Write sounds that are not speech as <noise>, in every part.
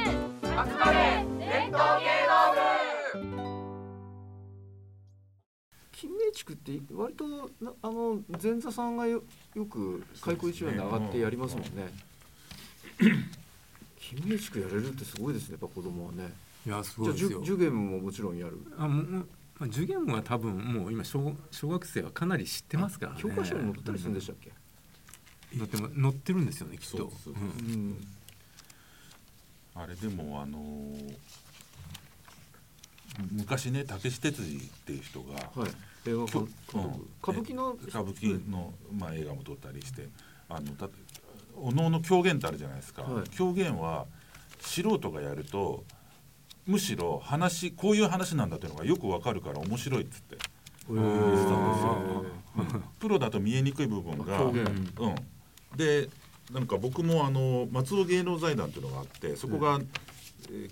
集まれ伝統芸能部金明地区って割となあの前座さんがよよく開口一番に上がってやりますもんね。金明地区やれるってすごいですね。やっぱ子供はね。いやすじごゃあいでじゅすよ受験ももちろんやる。あもうもうまあ受験は多分もう今小小学生はかなり知ってますからね教科書に載ったりするんでしたっけ？載ってま載ってるんですよねきっそとうそううんん。あれでもあのー昔ね竹志哲司っていう人がはい。映画監う監ん督。歌舞伎の歌舞伎の、まあ、映画も撮ったりしてあのだっておのおの狂言ってあるじゃないですか、はい狂言は素人がやるとむしろ話こういう話なんだというのがよくわかるから面白いっつってへープロだと見えにくい部分が狂言うん、でなんか僕もあの松尾芸能財団っていうのがあってそこが、えー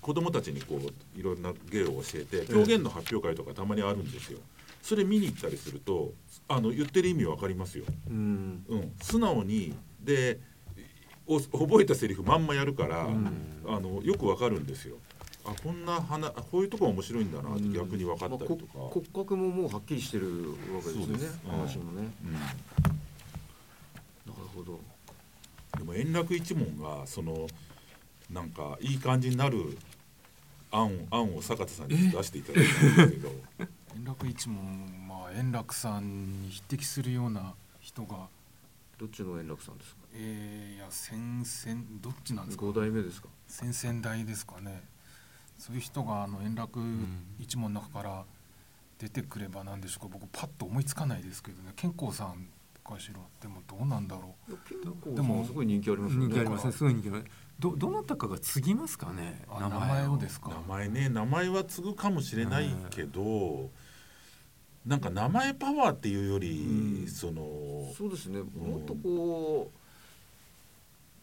子供たちにこういろんな芸を教えて狂言の発表会とかたまにあるんですよ。それ見に行ったりするとあの言ってる意味わかりますよ。うん。うん、素直にでお覚えたセリフまんまやるから、あのよくわかるんですよ。あこんな花こういうとこ面白いんだなって逆に分かったりとか。まあこ骨格ももうはっきりしてるわけですよそうねです。うん話もね。うんなるほど。でも円楽一門がそのなんかいい感じになる案案を坂田さんに出していただいたんですけ <laughs> ど円楽一門、まあ、円楽さんに匹敵するような人が、どっちの円楽さんですか？えー、いや先々どっちなんですか五代目ですか？先々代ですかねそういう人があの円楽一門の中から出てくればなんでしょうか僕パッと思いつかないですけどね健康さんかしらでもどうなんだろいや結構でもすごい人気ありますよね。人気ありますねすごい人気ありますどどなたかが継ぎますかねうあ名前をですすか名前ね名前は継ぐかもしれないけどなんか名前パワーっていうより、うんそのそうですね。もっとこ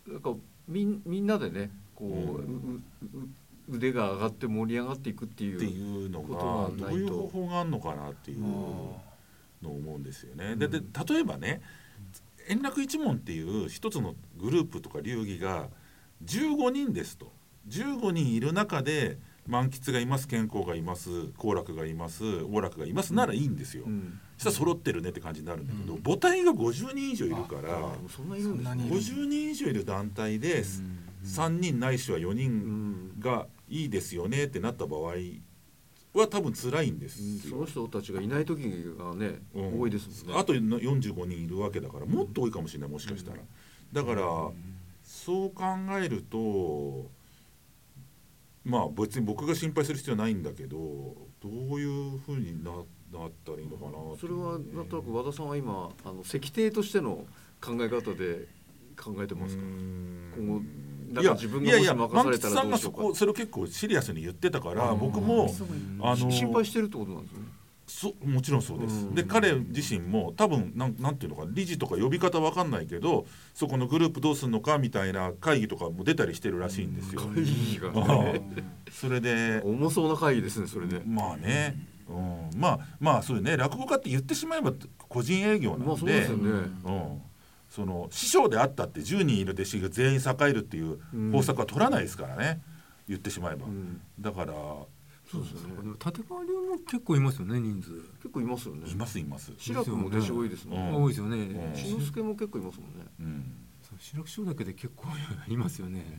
うなんかみんみんなでね、こう,、ううんうう腕が上がって盛り上がっていくっていう。っていうのこがとどがうないいとう方法があるのかなっていうのを思うんですよね。でで例えばね円楽一門っていう一つのグループとか流儀が15人ですと15人いる中で満喫がいます健康がいます好楽がいます王楽がいますならいいんですよ。うん。そしたら揃ってるねって感じになるんだけど、うん母体が50人以上いるかあらでもそんないるんですそんなにいる50人以上いる団体で3人ないしは4う人ん。がいいですよねってなった場合は多分辛いんでうんすそよ。の人たちがいない時がね、うん多いですもんね。あと45人いるわけだからもっと多いかもしれないもしかしたら。だからそう考えるとまあ別に僕が心配する必要はないんだけどどういうふうにななったらいいのかなってそれはなんとなく和田さんは今あの石庭としての考え方で考えてますか。今後なんかいや自分いがもやいしや任さ満れ吉たさらんどうがしよそうかこ。それを結構シリアスに言ってたから僕もあの心配してるってことなんですね。そもちろんそうです、うんで彼自身も多分なんなんていうのか理事とか呼び方わかんないけどそこのグループどうすんのかみたいな会議とかも出たりしてるらしいんですよ。会議があね。あそれで重そうな会議ですねそれね。まあね、うん、まあまあそうよね落語家って言ってしまえば個人営業なまあんそうでですよ。ね。うんその師匠であったって10人いる弟子が全員栄えるっていう方策は取らないですからね、言ってしまえば、うんだからそうですよね。でも立川流も結構いますよね人数、結構いますよね。いますいます、志らくも弟子多いですもんね。多いですよね、ん志の輔も結構いますもんね。うんそう志らく師匠だけで結構いますよね、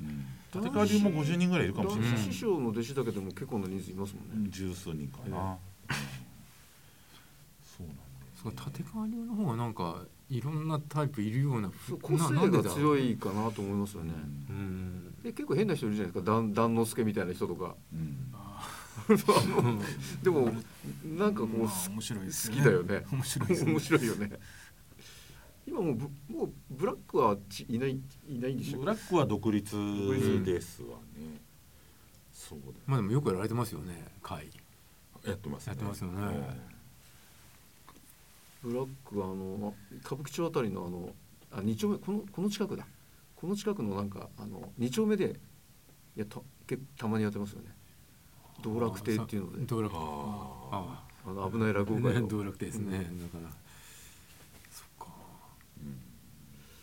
うん、立川流も50人ぐらいいるかもし男れない、子師匠の弟子だけでも結構な人数いますもんね。十数人かな、そうなんだそう立川流の方がなんかいろんなタイプいるようなそう個なな性んでがだ強いかなと思いますよね。うんで結構変な人いるじゃないですか。段段之助みたいな人と <laughs> か。うんでもなんかこまうあ面白いです好よきねだよね。面白いですね面白いよね。今もうブもうブラックはちいないいないんでしょ。ブラックは独立ですわね、そうまあでもよくやられてますよね会だやってますねやってますよねブラックはあのあ歌舞伎町あたりのあのあ二丁目このこの近くだこの近くのなんかあの二丁目でいやたけたまにやってますよね道楽亭っていうので道楽ああああの危ないあ落語会 <laughs> ねの道楽亭ですね、だからそっか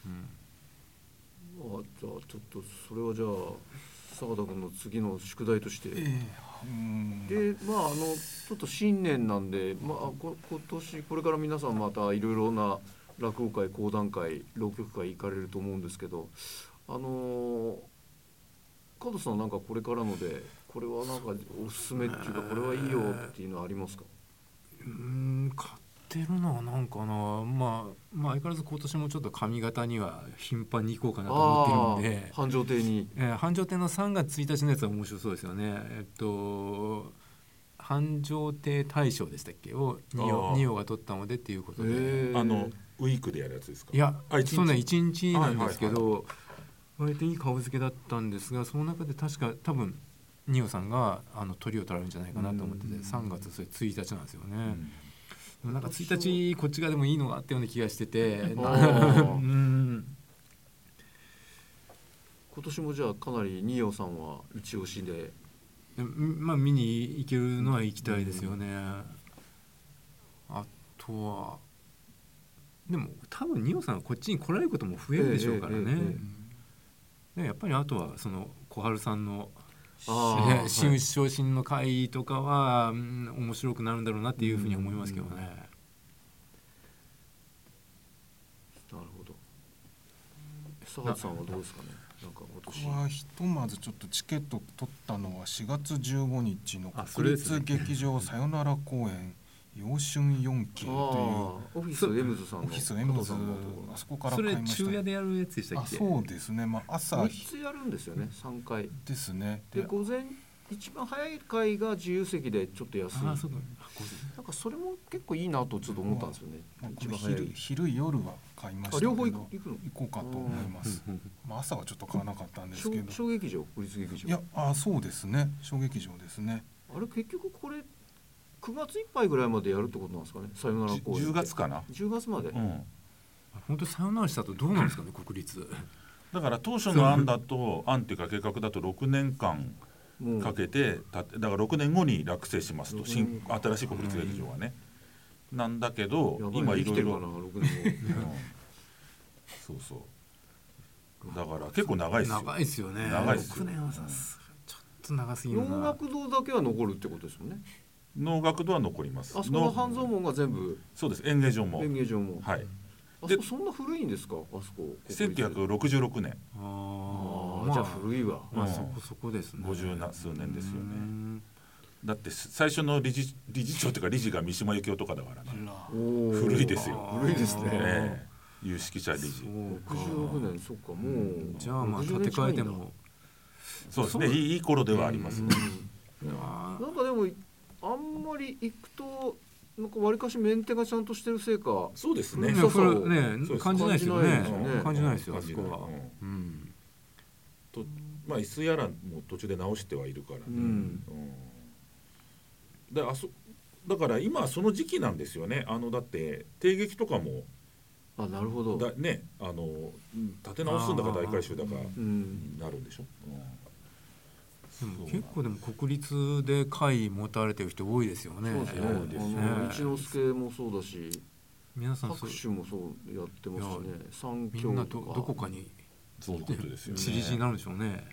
うんうんあじゃあちょっとそれはじゃあ坂田君の次の宿題として。ええうんでまああのちょっと新年なんで、まあ、こ今年これから皆さんまたいろいろな落語会講談会浪曲会行かれると思うんですけどあのー加藤さんなんかこれからのでこれはなんかおすすめっていうかこれはいいよっていうのはありますかうん買ってるのはなんかな、まあ、まあ相変わらず今年もちょっと髪型には頻繁に行こうかなと思ってるんであー繁盛亭にえー繁盛亭の3月1日のやつは面白そうですよねえっと繁盛亭大賞でしたっけを二あ葉ー二葉が取ったのでっていうことでへーあのウィークでやるやつですかいやあ一日そうね1日なんですけはど、割といい顔付けだったんですがその中で確か多分二葉さんがあの鳥を取られるんじゃないかなと思っててうん3月それ1日なんですよね、うんでもなんか1日こっち側でもいいのがあったような気がしててあ <laughs> うーん今年もじゃあかなり二葉さんは一押しでうんまあ見に行けるのは行きたいですよね、あとはでも多分二葉さんはこっちに来られることも増えるでしょうからね、えええええでやっぱりあとはその小春さんのあーねはい新内昇進の会とかは、うん面白くなるんだろうなっていうふうに思いますけどね、なるほど坂田さんはどうですかねなんか僕今はひとまずちょっとチケット取ったのは4月15日のあそれ国ですね立劇場さよなら公演「陽春四年景」というああオフィスエムズさんオのフィスエムズ加藤さんのあそこからそ買いれました昼夜でやるやつでしたあっけそうですねまあ朝三つやるんですよね三回ですねでで午前一番早い回が自由席でちょっと安いあなーんそうかあ午かそれも結構いいなとちょっと思ったんですよね、まあこ一れ番早昼い昼夜は買いましたあけど両方行く行くの行こうかと思います前まあ朝はちょっと買わなかったんです小けど小劇場国立劇場いやあそうですね小劇場ですねあれ結局これ9月いっぱいぐらいまでやるってことなんですかねさよならじ公演10月かな、 10月まで、うん、本当サウナをしたとどうなんですかね国立だから当初の案だと案っていうか計画だと6年間もうかけてただから6年後に落成しますと新うん新しい国立劇場はね、なんだけやどばい今生いきろているかろな6年うん <laughs> そうそうだから結構長いですよ長いですよね長いっすよ6年はさすがにちょっと長すぎ後る能な楽堂だけは残るってことですもんね能楽堂は残りますあそこの能半蔵門が全部そうです演芸場も演芸場も、はいあそでこそんな古いんですかあそこ1966年ああーあじゃあま古いわ、あ、まあ、うんそこそこですね五十数年ですようねんだって最初の理事理事長というか理事が三島由紀夫とかだからねおー古いですよ古いですね、ええ有識者理そ事うか66年そっかもうじゃあまあ建60て年近替いえんてだもそうですねいいいい頃ではありますねうわなんかでもあんまり行くとなんかわりかしメンテがちゃんとしてるせいかそうですーねねそうそうこれそうでねす感じないですよね感感じじなないいですですよよねあそこは感じないうんとまあ椅子やらも途中で直してはいるからね、うんうんであそだから今はその時期なんですよねあのだって帝劇とかもあなるほどだねあのうん立て直すんだかあー大改修だかうんになるんでしょ、うんでもそう結構でも国立で会持たれてる人多いですよねそうですね。そうですねあの一之輔もそうだし、皆さんそう拍手もそうやってますしいねや。三みんな強どとか。どこかにそういうことですよね散り散りになるんでしょうね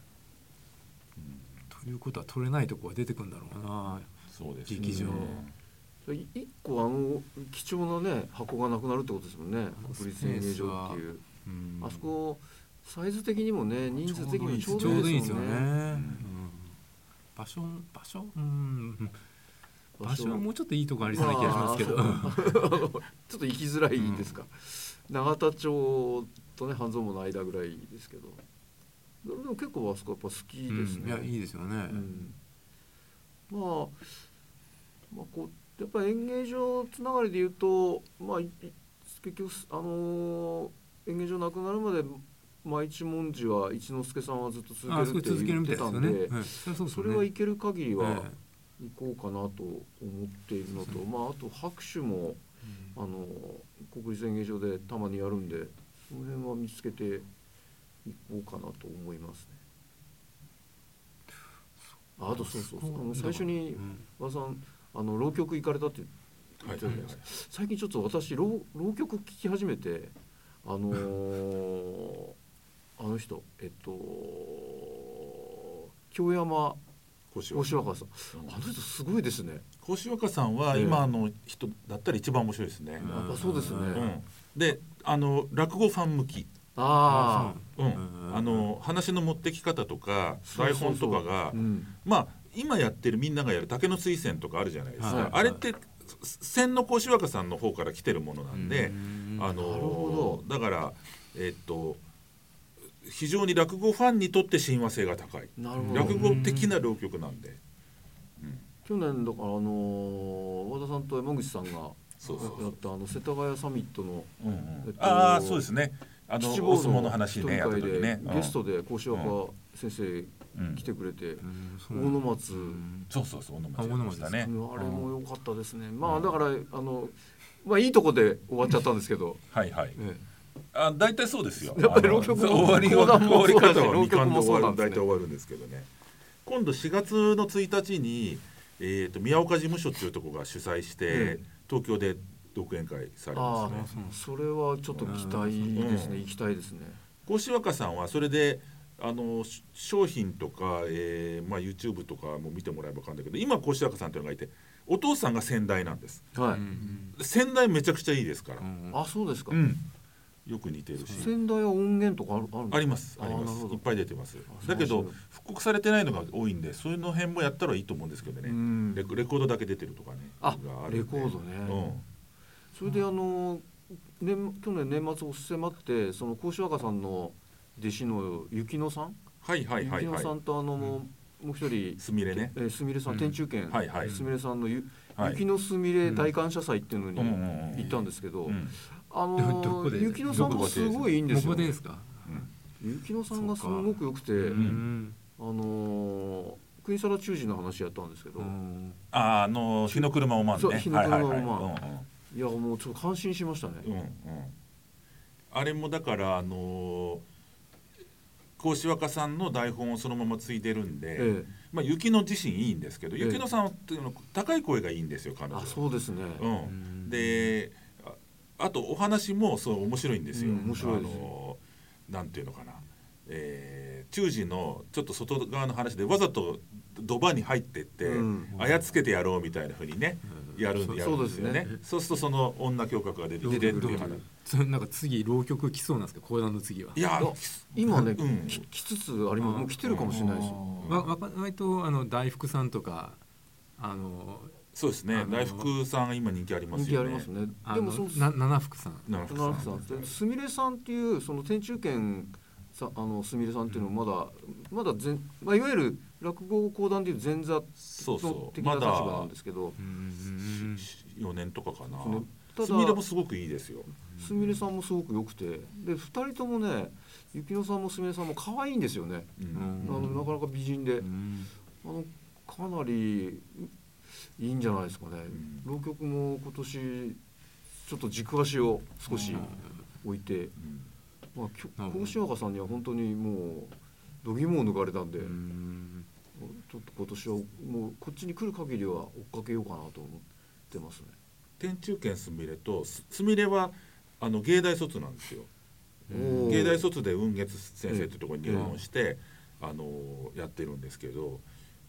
ということは取れないとこは出てくるんだろうなそうです劇場それ一個あの貴重なね箱がなくなるってことですもんねあ。の国立演芸場っていう。うんあそこサイズ的にもね人数的にもちちょょううどどいいいいでですすよよね。ね。うん場所場所うん場所はももうちょっといいとこありそうな気がしますけど。 <laughs> ちょっと行きづらいですか。永田町とね半蔵門の間ぐらいですけど。でも結構あそこやっぱ好きですうんいね。やいいですよねう。んまあ、まあ、こうやっぱり演芸場つながりで言うと、まあ、いい結局すあのー演芸場なくなるまで毎一文字は一之輔さんはずっと続あそこけるって続ける言っみたていでたすんでよね。うんそれはそうですそよれはね行ける限りはえ行こうかなと思っているのと、そうそうまあ、あと拍手も、あのー国立演芸場でたまにやるんでその辺は見つけていこうかなと思いますね。ああとそうそうそうあの最初えにうん和田さんあの浪曲行かれたっては言いってたじゃないですか最近ちょっと私浪浪曲聴き始めてあ <laughs> のーあの人えっと京山腰押若さんうんあの人すごいですね腰若さんはええ今の人だったら一番面白いですね。やっぱそうですね、ううんん、であの落語ファン向き、あうんうんあの話の持ってき方とかそう台そうそう本とかがあうんまあ今やってるみんながやる竹の水仙とかあるじゃないですか、はいあれって千の腰若さんの方から来てるものなんで、あなるのほだからえっと非常に落語ファンにとって親和性が高いなるほど落語的な浪曲なんで、うん、去年だからあのー和田さんと山口さんがそうそうそやうったあの世田谷サミットのうんうんえっとああそうですねあの秩お父相撲のの話一人ねやった会時でねゲストで甲子若先生うんうん来てくれて、大大野松、そうそうそう小野あ小野松や松りまでしすたねうんあれも良かったですね、まうあんだからあのまあいいとこで終わっちゃったんですけど、はいはいえあ大体そうですよやっぱり浪曲あの終わりは講談終もわりそうだし方は浪曲二巻でも終そわうるなんで大すね体終わるんですけどね今度4月の1日に、えー、と宮岡事務所っていうとこが主催して、うん東京で独演会さえれあますねあそれはちょっと期待ですね、うん行きたいですね越若さんはそれであのし商品とか、えーまあ、YouTube とかも見てもらえば分かるんだけど今越若さんというのがいてお父さんが先代なんですはい、先代めちゃくちゃいいですから、あそうですか、うんよく似てるし仙台は音源とかあるあるんですかありますあありまなるすほどいっぱい出てますあだけそうどなんで復刻されてないのが多いんでそういうの辺もやったらいいと思うんですけどね、うんレコレコードだけ出てるとかねあがるんでレコードね、うんそれであの年去年年末お迫ってその甲子若さんの弟子の雪乃さん、はいはいはい雪乃さはんとあの、もう一人いすみれねえーすみれさん、うん天中堅、はいはいすみれさんのゆ、はい雪のすみれ大感謝祭っていうのにうんうんうん行ったんですけど、うんあのーどどこで雪乃さんもすごいいいんですこよこでですか雪乃さんがすごく良くて、うんあのー、国皿中寺の話やったんですけど、うんああの日の車をまんそうね日の車を回んはいはいはいいやもうちょっと感心しましたね、うんうんうんうんあれもだからあのー、甲子若さんの台本をそのまま継いでるんで、ええまあ雪乃自身いいんですけど、ええ雪乃さんっていうの高い声がいいんですよ彼女はあそうですね、うん、でああとお話もそう面白いんですよ。うん面白いですあのなんていうのかな、えー、中時のちょっと外側の話でわざとドバに入ってって、うん操けてやろうみたいなふうにね、やるんそうやるんですよねそうですねそうするとその女教覚が出てきてっていう話。なんか次浪曲来そうなんですけど講談の次はいやいや今ね、うんき来つつありますもう来てるかもしれないですよ、わわか割とあの大福さんとかあのそうですあねの大福さん今人気ありますよね。人気ありますねあでのもそのな七福さん七田福さん中さんで、すみれさんっていうその天中堅さあのすみれさんっていうのはまだ、まだ前、まあ、いわゆる落語講談でいう前座そうのそう的なま立場なだんですけど、うん四年とかかなそうね。ただすみれもすごくいいですよ。すみれさんもすごく良くてで2人ともね雪乃さんもすみれさんも可愛いんですよね、ううんんあのなかなか美人で、うんあのかなりいいんじゃないですかね、ん浪曲も今年ちょっと軸足を少し置いて、うんまあ、きょなるほど甲子若さんには本当にもう度肝を抜かれたんで、うんちょっと今年はもうこっちに来る限りは追っかけようかなと思ってますね。天中堅すみれとすすみれはあの芸大卒なんですよおー芸大卒で雲月先生ってところに入門して、あのーやってるんですけど、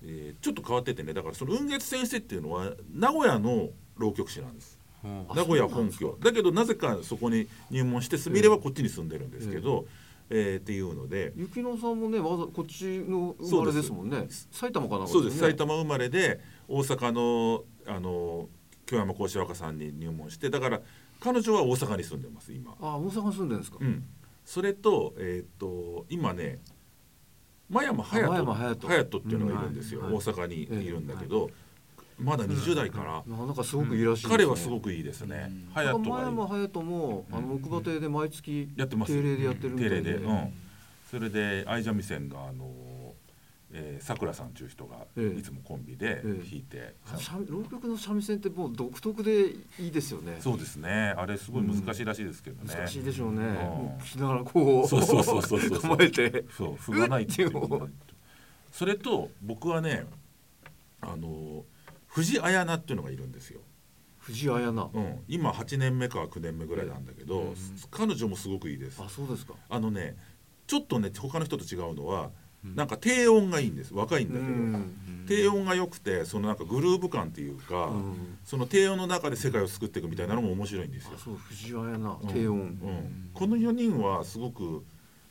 えーちょっと変わっててねだからその雲月先生っていうのは名古屋の浪曲師なんですうんあ名そ古屋うなん本ですか拠だけどなぜかそこに入門してすみれはこっちに住んでるんですけど、えーっていうので雪乃さんもね、わざこっちの生まれですもんね。埼玉かなんかそうですよね埼。玉生まれで大阪のあの京山幸四若さんに入門してだから彼女は大阪に住んでます今。あ、大阪に住んでるんですか。うん、それと,、えー、と今ね真山隼あ人真山隼人隼人っていうのがいるんですよ、うんはいはい大阪にいるんだけど、まだ20代から、なんかすごくいいらしいですね。彼はすごくいいですねうんなんか隼人、前が山隼人もあの木馬亭で毎月やってます定例でやってるみた定いで例で、うん、それで相三味線があのえーさくらさんという人がええいつもコンビで弾いて、三味浪曲の三味線ってもう独特でいいですよね。そうですねあれすごい難しいらしいですけどね、難しいでしょうね。んもう聞きながらこうそうそうそうそう <laughs> そう構えて。そう踏まないっていううっっていうそれと僕はねあの藤綾菜っていうのがいるんですよ、藤あやな。うん、今8年目か9年目ぐらいなんだけど、うん彼女もすごくいいですあ、そうですか。あのねちょっとね他の人と違うのはなんか低音がいいんです若いんだけど、うん低音が良くてそのなんかグルーヴ感っていうか、うんその低音の中で世界を救っていくみたいなのも面白いんですよあ。そう藤原やなうん低音、うんこの4人はすごく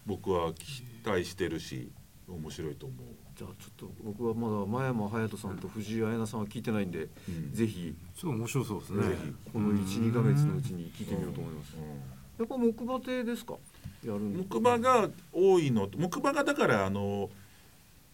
僕は期待してるし面白いと思う、じゃあちょっと僕はまだ真山隼人さんと藤井彩菜さんは聞いてないんで、うんぜひちょっと面白そうですねぜこの12ヶ月のうちに聞いてみようと思います、うやっぱ木馬亭ですかやるんの木馬が多いの木馬がだからあの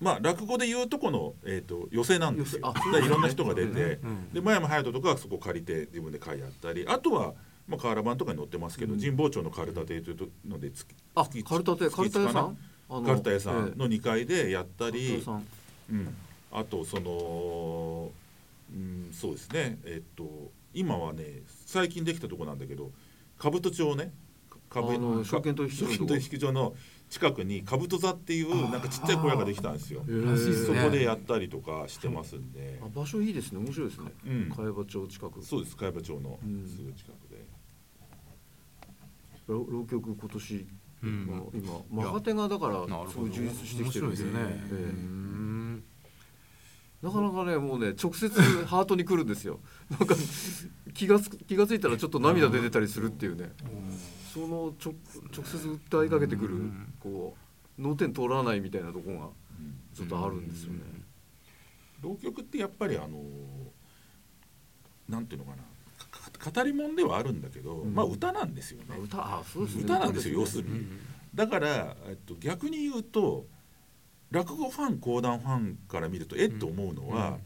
まあ落語で言うとこの、えー、と寄席なんですよ寄席あ。でいろんな人が出そうですう、てんで真山隼人とかはそこ借りて自分で会やったりあとは、まあ、瓦版とかに載ってますけど、神保町のカルタ亭というので月あ月一カルタ亭カルタ屋さんあカルタ屋さんえの2階でやったえカルタり屋、さんうん、あとその、うん、そうですねえっと今はね最近できたとこなんだけど兜町ねかあの証券取引所のとこ証券取引所の近くに兜座っていうなんかちっちゃい小屋ができたんですよへ。えらしいっすそねこでやったりとかしてますんであ、場所いいですね面白いですねうん、茅場町近くそうです茅場町のうんすぐ近くで。浪浪曲今年うんの今若手がだからすごい充実してきてるん面白いですね、ええうんなかなかねもうね直接ハートに来るんですよ <laughs> なんか気がつく気がついたらちょっと涙出てたりするっていうねそのちょ直接訴えかけてくるうんこう脳天通らないみたいなとこがうんちょっとあるんですよね浪曲ってやっぱりあのなんていうのかなか語り物ではあるんだけど、うんまあ歌なんですよねまあ。歌あそうですね歌なんですよ要するるに。だから、えっと、逆に言うと落語ファン講談ファンから見るとえっと思うのは、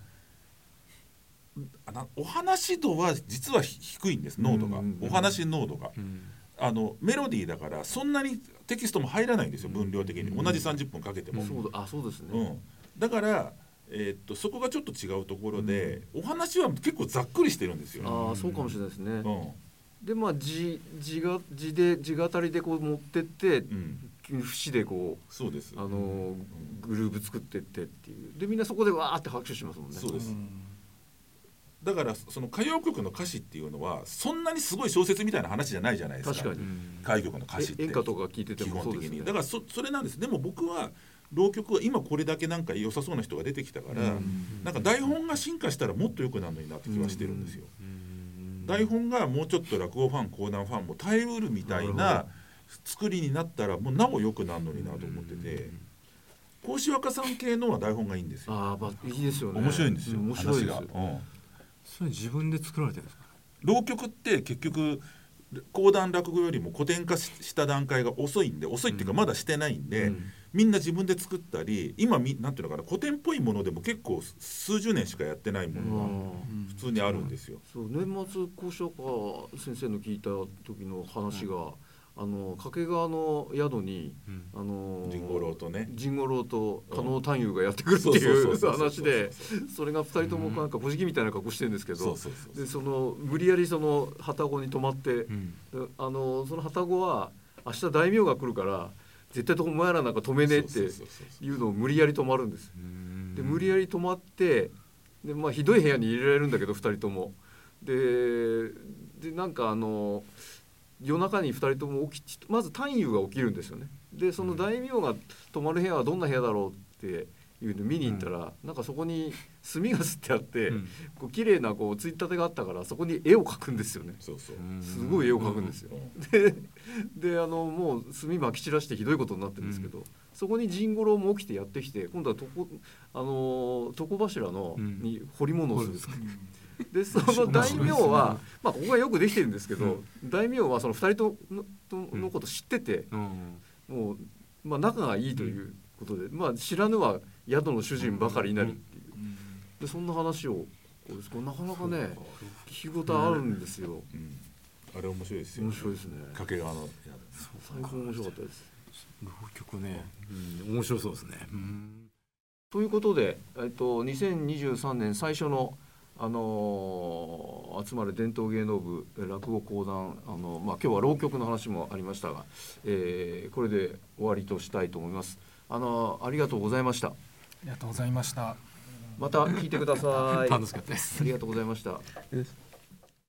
あなお話度は実はひ低いんです濃度が、うんうんうんお話の濃度がうんあのメロディーだからそんなにテキストも入らないんですよ分量的に、同じ30分かけても、そうだあそうですね、うん、だから、えっとそこがちょっと違うところで、お話は結構ざっくりしてるんですよ、ああそうかもしれないですね、うんでまあ字字が字で字語りでこう持ってってうん、節でこうそうですあのグルーヴ作ってってっていうでみんなそこでわーって拍手しますもんねそうですんだからその歌謡曲の歌詞っていうのはそんなにすごい小説みたいな話じゃないじゃないですか確かに歌謡曲の歌詞っえて演歌とか聞いてて基も本そう的ですに、ねだからそそれなんですでも僕は浪曲は今これだけなんか良さそうな人が出てきたから、なんか台本が進化したらもっと良くなるのになって気はしてるんですよ、台本がもうちょっと落語ファン講談ファンも耐えうるみたいなるな作りになったらもうなお良くなるのになと思ってて孔子若さん系のは台本がいいんですよああまあいいですよね面白いんですよ、う面白いです話が、うんそれ自分で作られてるんですか浪曲って結局講談落語よりも古典化しした段階が遅いんで遅いっていうかまだしてないんで、うんみんな自分で作ったり今みなんていうのかな古典っぽいものでも結構数十年しかやってないもうのがん普通にあるんですよ。そう年末講師若先生の聞いた時の話が、あの掛川の宿にあの人五郎とね。神五郎と加納探幽がやってくるっていう話でそれが二人ともなんか小じきみたいな格好してるんですけそどうそうそうそうでその無理やりその旅籠に泊まってであのその旅籠は明日大名が来るから絶対とお前らなんか止めねえっそうてそうそうそういうのを無理やり泊まるんです。で無理やりり泊まってで、まあ、ひどい部屋に入れられるんだけど2人とも。ででなんかあの夜中に2人とも起きまず単優が起きるんですよね。でその大名が泊まる部屋はどんな部屋だろうっていうの見に行ったら、なんかそこに炭が吸ってあって、こう綺麗なこうついたてがあったからそこに絵を描くんですよね。そうそうすごい絵を描くんですよ。でであのもう炭まき散らしてひどいことになってるんですけど、そこに陣五郎も起きてやってきて今度は床あのー床柱の、うんに彫り物をするんですうんでその大名は、まあ、ここがよくできてるんですけど、大名はその2人とのとのこと知ってて、もう、まあ、仲がいいということで、まあ、知らぬは宿の主人ばかりになりっていうでそんな話をこうこれなかなかね聞き応えあるんですよ。うんあれ面白いですよ。面白いですね。掛川のやつ最高面白かったです。浪曲ねうん面白そうですねということで、えっと、2023年最初の、あのー集まれ伝統芸能部えー落語講談、あのまあ、今日は浪曲の話もありましたが、えーこれで終わりとしたいと思います。あのーありがとうございました。ありがとうございました。また聞いてください。 <laughs> 楽しかったですありがとうございました。です